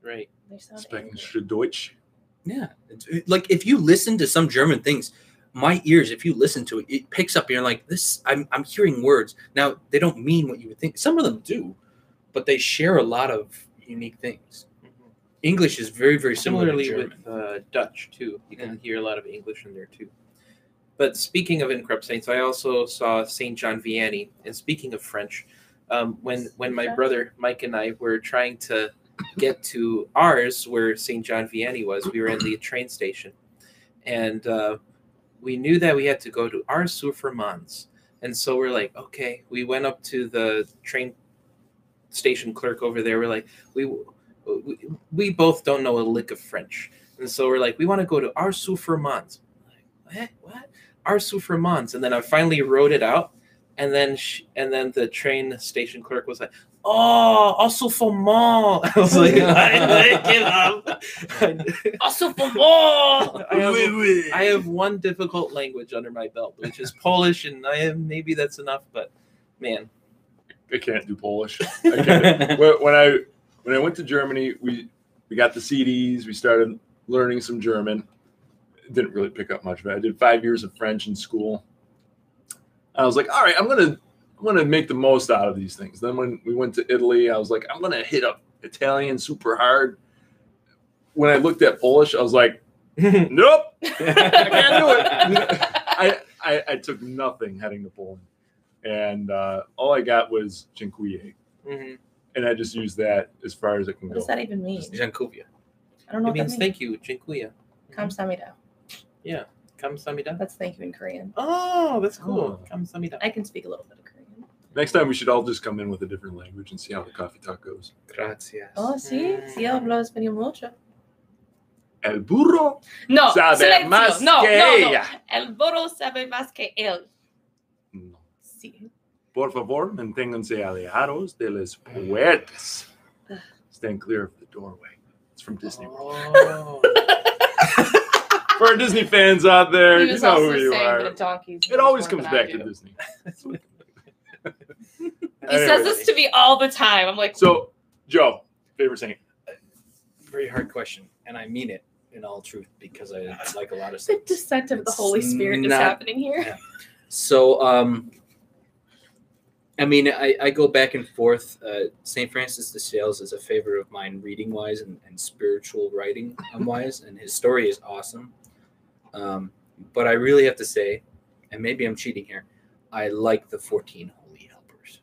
Speaker 3: Right.
Speaker 4: They sound
Speaker 2: Spanish to Deutsch.
Speaker 5: Yeah. It's, it- like if you listen to some German things, my ears, if you listen to it, it picks up. You're like, this, I'm, I'm hearing words. Now, they don't mean what you would think. Some of them do, but they share a lot of unique things. English is very, very similar to
Speaker 3: Similarly
Speaker 5: German.
Speaker 3: with uh, Dutch too, you can hear a lot of English in there too. But speaking of incorrupt saints, I also saw Saint John Vianney. And speaking of French, um, when when my
Speaker 4: Okay.
Speaker 3: brother Mike and I were trying to get to ours, where Saint John Vianney was, we were in the train station, and uh, we knew that we had to go to Ars Soufremans. And so we're like, okay, we went up to the train station clerk over there. We're like, we, we, we both don't know a lick of French. And so we're like, we want to go to Ars Soufremans. I'm Like, what? What? Ars Soufremans. And then I finally wrote it out. And then sh and then the train station clerk was like, oh, Ars Soufremans. I was like, I, give up.
Speaker 4: Also for more.
Speaker 3: I almost- I have one difficult language under my belt, which is Polish, and I am maybe that's enough, but man.
Speaker 2: I can't do Polish. I can't. when when I when I went to Germany, we we got the CDs. We started learning some German. didn't really pick up much of it. I did five years of French in school. I was like, all right, I'm gonna I'm gonna make the most out of these things. Then when we went to Italy, I was like, I'm gonna hit up Italian super hard. When I looked at Polish, I was like,
Speaker 3: Mm-hmm.
Speaker 2: nope, I can't do it. I, I I took nothing heading to Poland, and uh, all I got was Cinque,
Speaker 3: Mhm.
Speaker 2: and I just used that as far as it can
Speaker 4: What
Speaker 2: go.
Speaker 4: does that even mean?
Speaker 5: Jankuvia.
Speaker 4: I don't know what
Speaker 3: It
Speaker 4: that means.
Speaker 3: means thank you, Jinkuya.
Speaker 4: Kamsamida.
Speaker 3: Kamsamida.
Speaker 4: That's thank you in Korean.
Speaker 3: Oh, that's cool.
Speaker 2: Oh.
Speaker 3: Kamsamida.
Speaker 4: I can speak a little bit of Korean.
Speaker 2: Next time, we should all just come in with a different language and see how the coffee talk goes.
Speaker 5: Gracias.
Speaker 4: Oh, sí.
Speaker 3: Mm.
Speaker 4: Sí, hablo español mucho.
Speaker 2: El burro
Speaker 4: No,
Speaker 2: Sabe
Speaker 4: silencio.
Speaker 2: más
Speaker 4: no,
Speaker 2: que
Speaker 4: no, no.
Speaker 2: ella.
Speaker 4: El burro sabe más que él.
Speaker 2: No.
Speaker 4: Sí.
Speaker 2: Por favor, manténganse alejados de las puertas. Stand clear of the doorway. It's from Disney World.
Speaker 3: Oh.
Speaker 2: For our Disney fans out there,
Speaker 4: he
Speaker 2: you
Speaker 4: was
Speaker 2: know
Speaker 4: also
Speaker 2: who you
Speaker 4: saying
Speaker 2: are.
Speaker 4: that a donkey's
Speaker 2: It always
Speaker 4: more
Speaker 2: comes
Speaker 4: than I
Speaker 2: back to
Speaker 4: do.
Speaker 2: Disney.
Speaker 4: He says
Speaker 2: Anyway.
Speaker 4: this to me all the time. I'm like,
Speaker 2: So, Joe, favorite singer.
Speaker 5: Very hard question, and I mean it in all truth because I like a lot of
Speaker 4: the
Speaker 5: stuff.
Speaker 4: descent of the Holy
Speaker 5: It's
Speaker 4: Spirit is
Speaker 5: not-
Speaker 4: happening here.
Speaker 5: So, um, I mean, I, I go back and forth. Uh, St. Francis de Sales is a favorite of mine, reading wise and, and spiritual writing wise, and his story is awesome. Um, but I really have to say, and maybe I'm cheating here, I like the 14 Holy Helpers.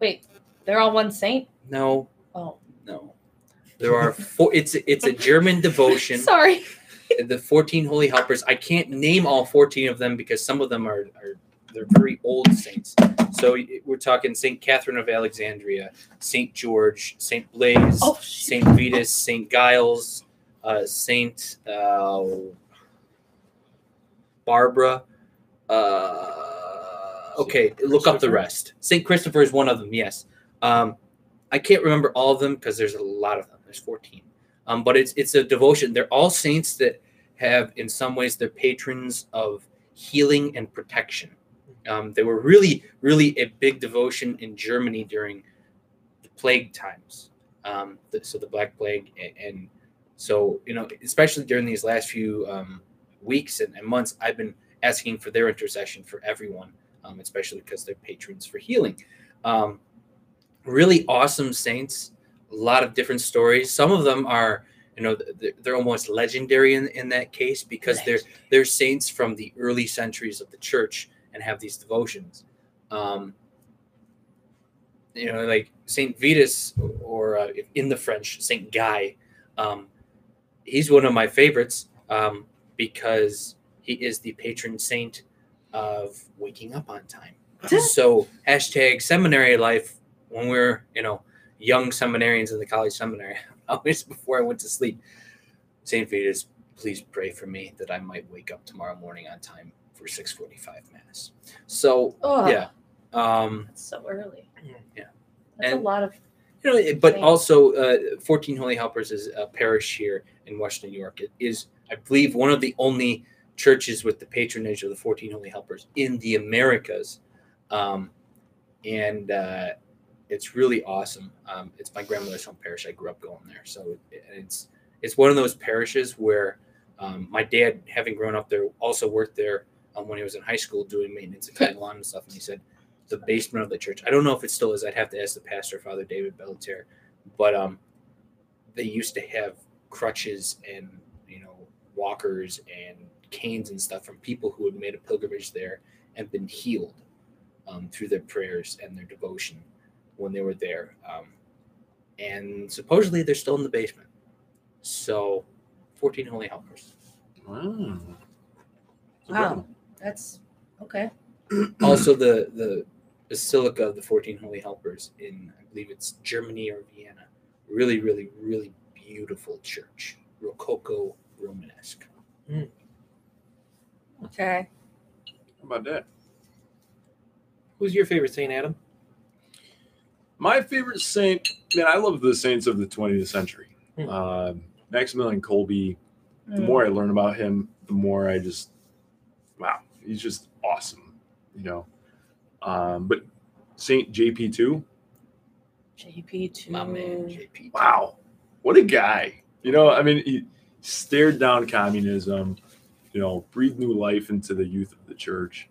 Speaker 4: Wait, they're all one saint?
Speaker 5: No,
Speaker 4: Oh,
Speaker 5: no. There are four, it's, it's a German devotion.
Speaker 4: sorry.
Speaker 5: the 14 holy helpers i can't name all 14 of them because some of them are, are they're very old saints so y- we're talking saint catherine of alexandria saint george saint blaise
Speaker 4: Oh, shit.
Speaker 5: saint vitus saint giles uh, saint uh, barbara uh, okay look up the
Speaker 2: Christopher?
Speaker 5: rest saint christopher is one of them yes um, i can't remember all of them because there's a lot of them there's 14 um, but it's it's a devotion they're all saints that have in some ways they're patrons of healing and protection um, they were really really a big devotion in germany during the plague times um, the, so the black plague and, and so you know especially during these last few um, weeks and, and months i've been asking for their intercession for everyone um, especially because they're patrons for healing um, really awesome saints a lot of different stories some of them are you know th- th- they're almost legendary in, in that case because they're they're saints from the early centuries of the church and have these devotions um you know like saint vitus or uh, in the french saint guy um he's one of my favorites um because he is the patron saint of waking up on time so hashtag seminary life when we were you know young seminarians in the college seminary always before i went to sleep saint vitus please pray for me that i might wake up tomorrow morning on time for 6.45 mass so
Speaker 4: Oh,
Speaker 5: yeah um
Speaker 4: That's so early.
Speaker 2: Mm,
Speaker 5: yeah
Speaker 4: That's a
Speaker 5: And-
Speaker 4: lot of.
Speaker 5: you know but
Speaker 4: Right.
Speaker 5: also uh, 14 holy helpers is a parish here in washington new york it is i believe one of the only churches with the patronage of the 14 holy helpers in the americas um, and uh, it's really awesome um, it's my grandmother's home parish i grew up going there so it, it's it's one of those parishes where um, my dad having grown up there also worked there um, when he was in high school doing maintenance and cutting lawn and stuff and he said the basement of the church. I don't know if it still is. I'd have to ask the pastor, Father David Bellatier. But um, they used to have crutches and you know walkers and canes and stuff from people who had made a pilgrimage there and been healed um, through their prayers and their devotion when they were there. Um, and supposedly they're still in the basement. So, fourteen holy helpers.
Speaker 2: Wow.
Speaker 4: Wow. That's okay.
Speaker 5: also the the basilica of the 14 holy helpers in i believe it's germany or vienna really really really beautiful church rococo romanesque
Speaker 4: Okay.
Speaker 2: How about that?
Speaker 3: Who's your favorite Saint Adam?
Speaker 2: My favorite saint, man, I love the saints of the 20th century.
Speaker 3: Hmm.
Speaker 2: Um, Maximilian Colby, the
Speaker 4: Mm.
Speaker 2: more I learn about him, the more I just, wow, he's just awesome, you know. Um, but Saint JP two,
Speaker 4: JP2.
Speaker 3: Mm.
Speaker 5: my man jp
Speaker 2: wow, what a guy! You know, I mean, he stared down communism. you know, breathe new life into the youth of the church.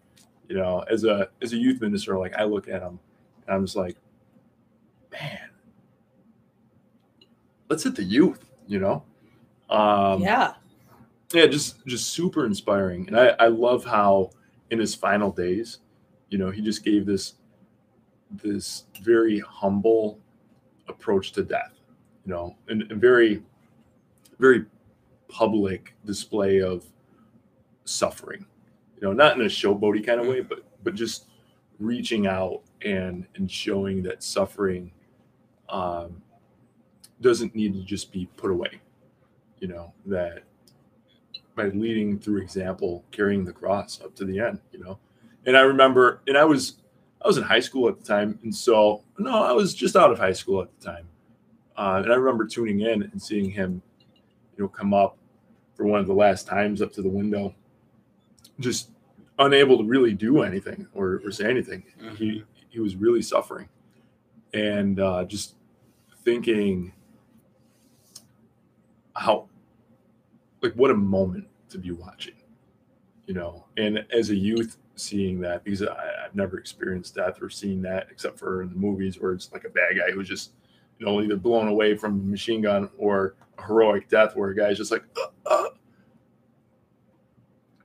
Speaker 2: You know, as a as a youth minister, like I look at them and I'm just like, man, let's hit the youth, you know? Um
Speaker 6: yeah.
Speaker 2: yeah just just super inspiring and i i love how in his final days you know he just gave this this very humble approach to death you know and, and very very public display of suffering you know not in a showboaty kind of way but but just reaching out and and showing that suffering um doesn't need to just be put away you know that by leading through example, carrying the cross up to the end, you know. And I remember, and I was, I was in high school at the time, and so no, I was just out of high school at the time, uh, and I remember tuning in and seeing him, you know, come up for one of the last times up to the window, just unable to really do anything or, or say anything.
Speaker 5: Mm-hmm.
Speaker 2: He he was really suffering, and uh, just thinking how like what a moment to be watching you know and as a youth seeing that because I, i've never experienced death or seen that except for in the movies where it's like a bad guy who's just you know either blown away from a machine gun or a heroic death where a guy's just like uh, uh,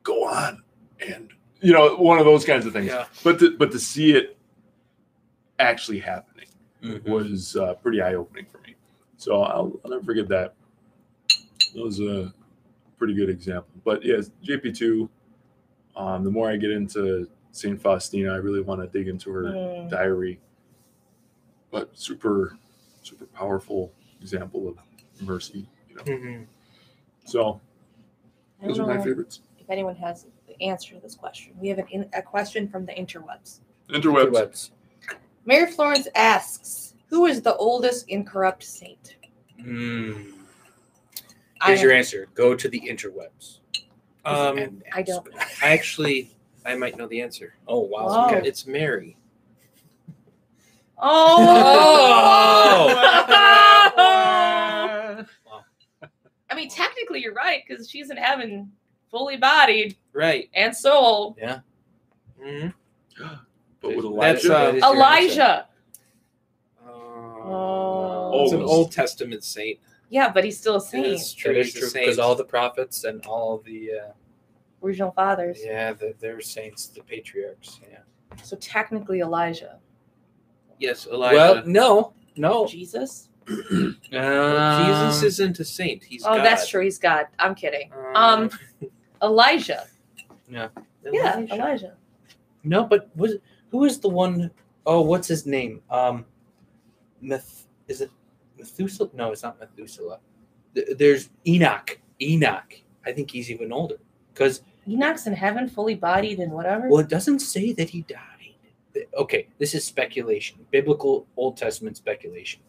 Speaker 2: go on and you know one of those kinds of things
Speaker 3: Yeah.
Speaker 2: but to, but to see it actually happening
Speaker 5: Mm-hmm.
Speaker 2: was uh, pretty eye-opening for me so I'll, I'll never forget that that was a pretty good example. But yes, JP2. Um, the more I get into Saint Faustina, I really want to dig into her
Speaker 4: Mm-hmm. Mm,
Speaker 2: diary. But super, super powerful example of mercy. You know,
Speaker 3: Mhm.
Speaker 2: so
Speaker 4: I
Speaker 2: those
Speaker 4: don't
Speaker 2: are my
Speaker 4: know
Speaker 2: favorites.
Speaker 4: if anyone has the answer to this question. We have an in, a question from the interwebs.
Speaker 2: Interwebs.
Speaker 5: Webs.
Speaker 4: Mary Florence asks, "Who is the oldest incorrupt saint?"
Speaker 5: Mm.
Speaker 4: I
Speaker 5: Here's your
Speaker 4: am-
Speaker 5: answer. Go to the interwebs.
Speaker 3: Um,
Speaker 5: And-
Speaker 4: I don't.
Speaker 3: I actually, I might know the answer.
Speaker 5: Oh wow.
Speaker 4: Wow.
Speaker 5: Okay.
Speaker 3: It's Mary.
Speaker 2: Oh.
Speaker 6: Oh.
Speaker 4: I mean, technically, you're right because she's in heaven, fully bodied
Speaker 3: Right.
Speaker 4: and soul.
Speaker 3: hmm
Speaker 2: But with
Speaker 3: That's, uh,
Speaker 2: Elijah,
Speaker 5: That is your answer.
Speaker 6: Elijah.
Speaker 4: Oh.
Speaker 3: It's an
Speaker 2: Almost.
Speaker 3: Old Testament saint.
Speaker 4: Yeah, but he's still a
Speaker 3: It
Speaker 4: saint.
Speaker 3: is
Speaker 5: That
Speaker 3: true.
Speaker 5: is
Speaker 3: He's
Speaker 5: true
Speaker 3: a
Speaker 5: because
Speaker 3: saint.
Speaker 5: all the prophets and all the uh,
Speaker 4: Original fathers.
Speaker 5: yeah, the, they're saints, the patriarchs. Yeah.
Speaker 4: So technically, Elijah.
Speaker 3: yes, Elijah.
Speaker 5: Well, no, no.
Speaker 4: Jesus.
Speaker 5: um,
Speaker 3: Jesus isn't a saint. He's
Speaker 4: Oh,
Speaker 3: God.
Speaker 4: that's true. He's God. I'm kidding. Um, Elijah. Yeah,
Speaker 3: Elijah.
Speaker 4: Elijah.
Speaker 5: No, but was who is the one oh what's his name? Um, Meth is it Methuselah? No, it's not Methuselah. Th- There's Enoch. Enoch. I think he's even older because
Speaker 4: Enoch's in heaven, fully bodied and whatever.
Speaker 5: well, it doesn't say that he died. Th- Okay, this is speculation, biblical Old Testament speculation,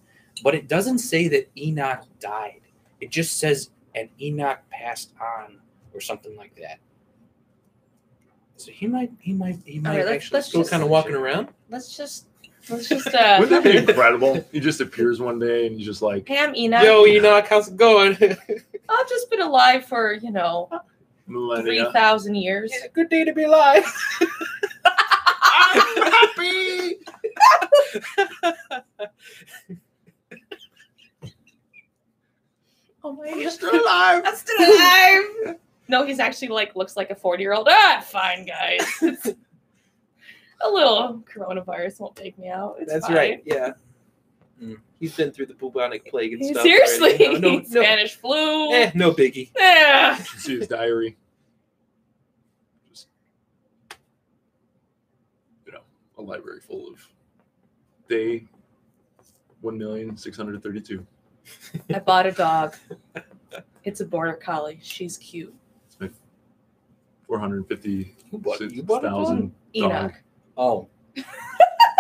Speaker 5: but it doesn't say that Enoch died. It just says and Enoch passed on or something like that. So he might, he might, he might
Speaker 4: right, let's-
Speaker 5: actually
Speaker 4: let's
Speaker 3: Still
Speaker 5: still
Speaker 4: just-
Speaker 3: kind of walking around.
Speaker 4: Let's just let's just uh
Speaker 2: wouldn't that be incredible? he just appears one day and he's just like
Speaker 4: Hey, I'm Enoch.
Speaker 3: Yo, Enoch, how's it going?
Speaker 4: I've just been alive for, you know, three
Speaker 2: millennia.
Speaker 4: thousand years.
Speaker 5: It's a good day to be alive.
Speaker 4: Oh my
Speaker 2: You're
Speaker 4: gosh.
Speaker 2: still alive.
Speaker 4: I'm still alive. no, he's actually like looks like a 40 year old. Ah, fine, guys. It's- a little coronavirus won't take me out. It's
Speaker 3: that's
Speaker 4: fine.
Speaker 3: right. Yeah.
Speaker 5: Mm.
Speaker 3: He's been through the bubonic plague and stuff.
Speaker 4: Seriously,
Speaker 3: already. No, no, no.
Speaker 4: Spanish flu.
Speaker 3: Eh,
Speaker 5: no biggie.
Speaker 4: Yeah.
Speaker 2: You see his diary. Just, you know, a library full of day one million six hundred thirty-two.
Speaker 4: I bought a dog. It's a border collie. She's cute.
Speaker 2: It's my four hundred fifty
Speaker 5: You bought, you
Speaker 2: thousand.
Speaker 5: bought a dog?
Speaker 4: Enoch.
Speaker 5: Oh,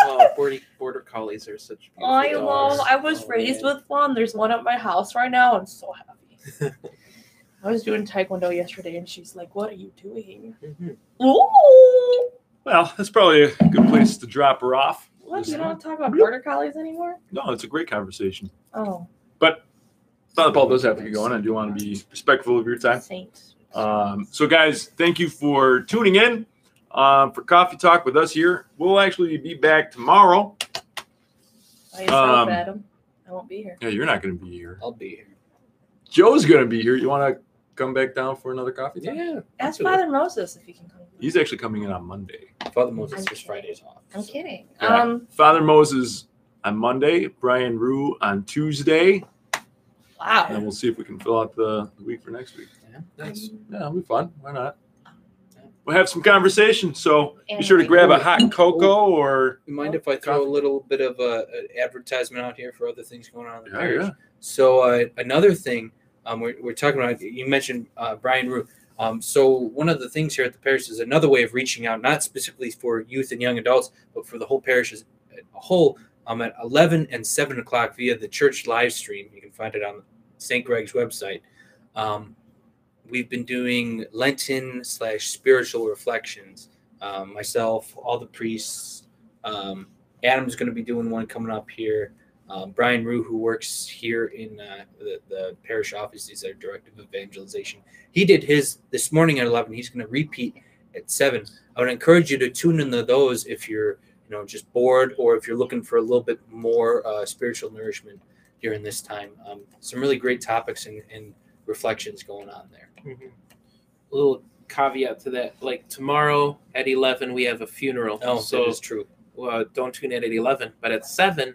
Speaker 3: Oh, border, border collies are such.
Speaker 4: Oh, I
Speaker 3: beautiful
Speaker 4: love.
Speaker 3: dogs.
Speaker 4: I was
Speaker 5: Oh,
Speaker 4: raised
Speaker 5: man.
Speaker 4: with one. There's one at my house right now. I'm so happy. I was doing taekwondo yesterday, and she's like, "What are you doing?"
Speaker 3: Mhm.
Speaker 4: Ooh,
Speaker 2: Well, that's probably a good place to drop her off.
Speaker 4: what? You
Speaker 2: Just-
Speaker 4: don't talk about border collies anymore?
Speaker 2: No, it's a great conversation.
Speaker 4: Oh,
Speaker 2: Father Paul does have to get going. I do want to be respectful of your time.
Speaker 4: saint.
Speaker 2: Um, so, guys, thank you for tuning in um, for Coffee Talk with us here. We'll actually be back tomorrow.
Speaker 1: By yourself,
Speaker 2: Um,
Speaker 1: Adam. I won't be here.
Speaker 2: Yeah, you're not going to be here.
Speaker 5: I'll be here.
Speaker 2: Joe's going to be here. You want to come back down for another coffee? Talk?
Speaker 3: Yeah.
Speaker 1: Ask
Speaker 3: absolutely.
Speaker 1: Father Moses if he can come.
Speaker 2: He's actually coming in on Monday.
Speaker 5: Father Moses
Speaker 1: I'm
Speaker 5: just Fridays off.
Speaker 1: I'm kidding.
Speaker 2: Yeah.
Speaker 1: Um,
Speaker 2: Father Moses on Monday, Brian Rue on Tuesday, and
Speaker 1: wow.
Speaker 2: we'll see if we can fill out the week for next week.
Speaker 3: Nice.
Speaker 2: Yeah, it'll be fun. Why not? We'll have some conversation. So be
Speaker 1: And
Speaker 2: sure to
Speaker 1: we-
Speaker 2: grab a hot cocoa or
Speaker 5: You mind if I throw
Speaker 2: Coffee.
Speaker 5: a little bit of uh, an advertisement out here for other things going on in the
Speaker 2: yeah,
Speaker 5: parish?
Speaker 2: yeah.
Speaker 5: So uh, another thing um, we're, we're talking about, you mentioned uh, Brian Rue. Um, so one of the things here at the parish is another way of reaching out, not specifically for youth and young adults, but for the whole parish as a whole. Um, at 11 and 7 o'clock via the church live stream, you can find it on St. Greg's website. Um, we've been doing Lenten slash spiritual reflections. Um, myself, all the priests. Um, Adam's going to be doing one coming up here. Um, Brian Rue, who works here in uh, the, the parish office, is our director of evangelization. He did his this morning at 11. He's going to repeat at 7. I would encourage you to tune into those if you're, you know, just bored or if you're looking for a little bit more uh, spiritual nourishment during this time. Um, some really great topics and, and reflections going on there.
Speaker 3: little caveat to that. Like tomorrow at eleven, we have a funeral.
Speaker 5: Oh,
Speaker 3: so
Speaker 5: that is true.
Speaker 3: uh, don't tune in at eleven, but at seven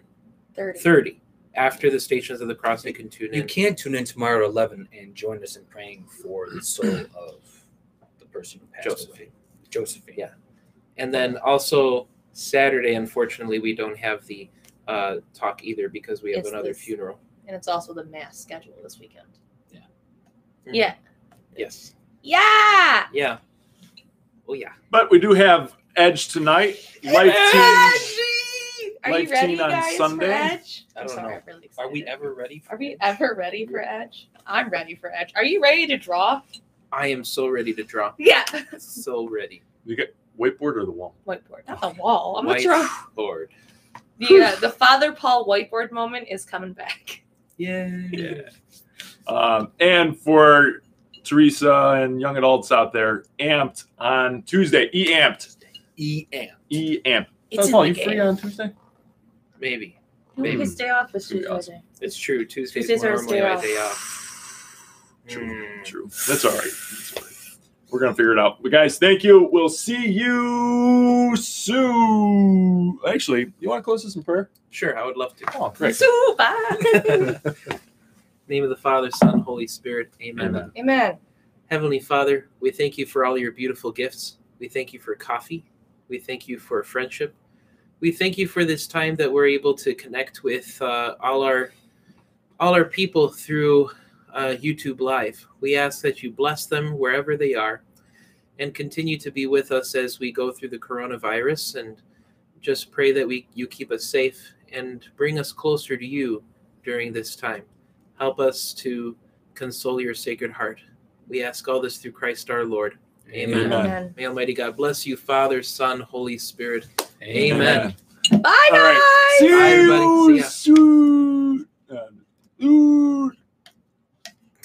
Speaker 1: 30.
Speaker 3: thirty, after the Stations of the Cross, you can tune
Speaker 5: You
Speaker 3: in.
Speaker 5: can tune in tomorrow at 11 and join us in praying for the soul of the person who passed away.
Speaker 3: Josephine.
Speaker 5: Josephine.
Speaker 3: Yeah. And then also Saturday, unfortunately, we don't have the uh, talk either because we have
Speaker 1: Yes,
Speaker 3: another
Speaker 1: please.
Speaker 3: funeral.
Speaker 1: And it's also the mass schedule this weekend.
Speaker 3: Yes.
Speaker 1: Yeah.
Speaker 3: Yeah. Oh yeah.
Speaker 2: But we do have Edge tonight. Life team.
Speaker 1: Edgy! Are
Speaker 2: Life
Speaker 1: you ready,
Speaker 2: Teen on
Speaker 1: guys,
Speaker 2: Sunday?
Speaker 1: for Edge?
Speaker 5: I
Speaker 1: I'm
Speaker 5: don't
Speaker 1: sorry,
Speaker 5: know.
Speaker 1: I'm really
Speaker 5: Are we
Speaker 1: excited.
Speaker 5: ever ready? For
Speaker 1: Are we ever ready for Edge? I'm ready for Edge. Are you ready to draw?
Speaker 3: I am so ready to draw.
Speaker 1: Yeah.
Speaker 3: So ready.
Speaker 2: You get whiteboard or the wall?
Speaker 1: Whiteboard, not the wall. I'm gonna draw.
Speaker 3: Whiteboard.
Speaker 1: The uh, the Father Paul whiteboard moment is coming back.
Speaker 5: Yeah.
Speaker 2: Um, and for Teresa and young adults out there, amped on Tuesday. E amped.
Speaker 5: E amp.
Speaker 2: E amp.
Speaker 1: It's in
Speaker 2: Paul,
Speaker 1: the
Speaker 2: you
Speaker 1: game.
Speaker 2: free on Tuesday?
Speaker 3: Maybe.
Speaker 1: Who
Speaker 2: Maybe.
Speaker 1: gets day off this
Speaker 2: It's gonna be
Speaker 1: Tuesday?
Speaker 2: awesome.
Speaker 1: day?
Speaker 3: It's true. Tuesdays,
Speaker 1: Tuesdays are his
Speaker 3: normally
Speaker 1: day
Speaker 3: my
Speaker 1: off.
Speaker 3: day off.
Speaker 5: True.
Speaker 2: True. That's all right. That's all right. We're gonna figure it out. But guys, thank you. We'll see you soon. Actually, you want to close this in prayer?
Speaker 3: Sure, I would love to.
Speaker 2: Oh, great.
Speaker 1: Super.
Speaker 3: name of the Father, Son, Holy Spirit. Amen.
Speaker 2: Amen.
Speaker 1: Amen.
Speaker 3: Heavenly Father, we thank you for all your beautiful gifts. We thank you for coffee. We thank you for friendship. We thank you for this time that we're able to connect with uh, all our all our people through uh, YouTube Live. We ask that you bless them wherever they are, and continue to be with us as we go through the coronavirus. And just pray that we you keep us safe and bring us closer to you during this time. Help us to console your Sacred Heart. We ask all this through Christ our Lord. Amen.
Speaker 2: Amen.
Speaker 3: May Almighty God bless you, Father, Son, Holy Spirit.
Speaker 5: Amen.
Speaker 3: Amen.
Speaker 1: Bye,
Speaker 2: All
Speaker 1: guys.
Speaker 2: right. See
Speaker 3: Bye, everybody. See
Speaker 2: you
Speaker 3: ya.
Speaker 2: soon. Uh, ooh.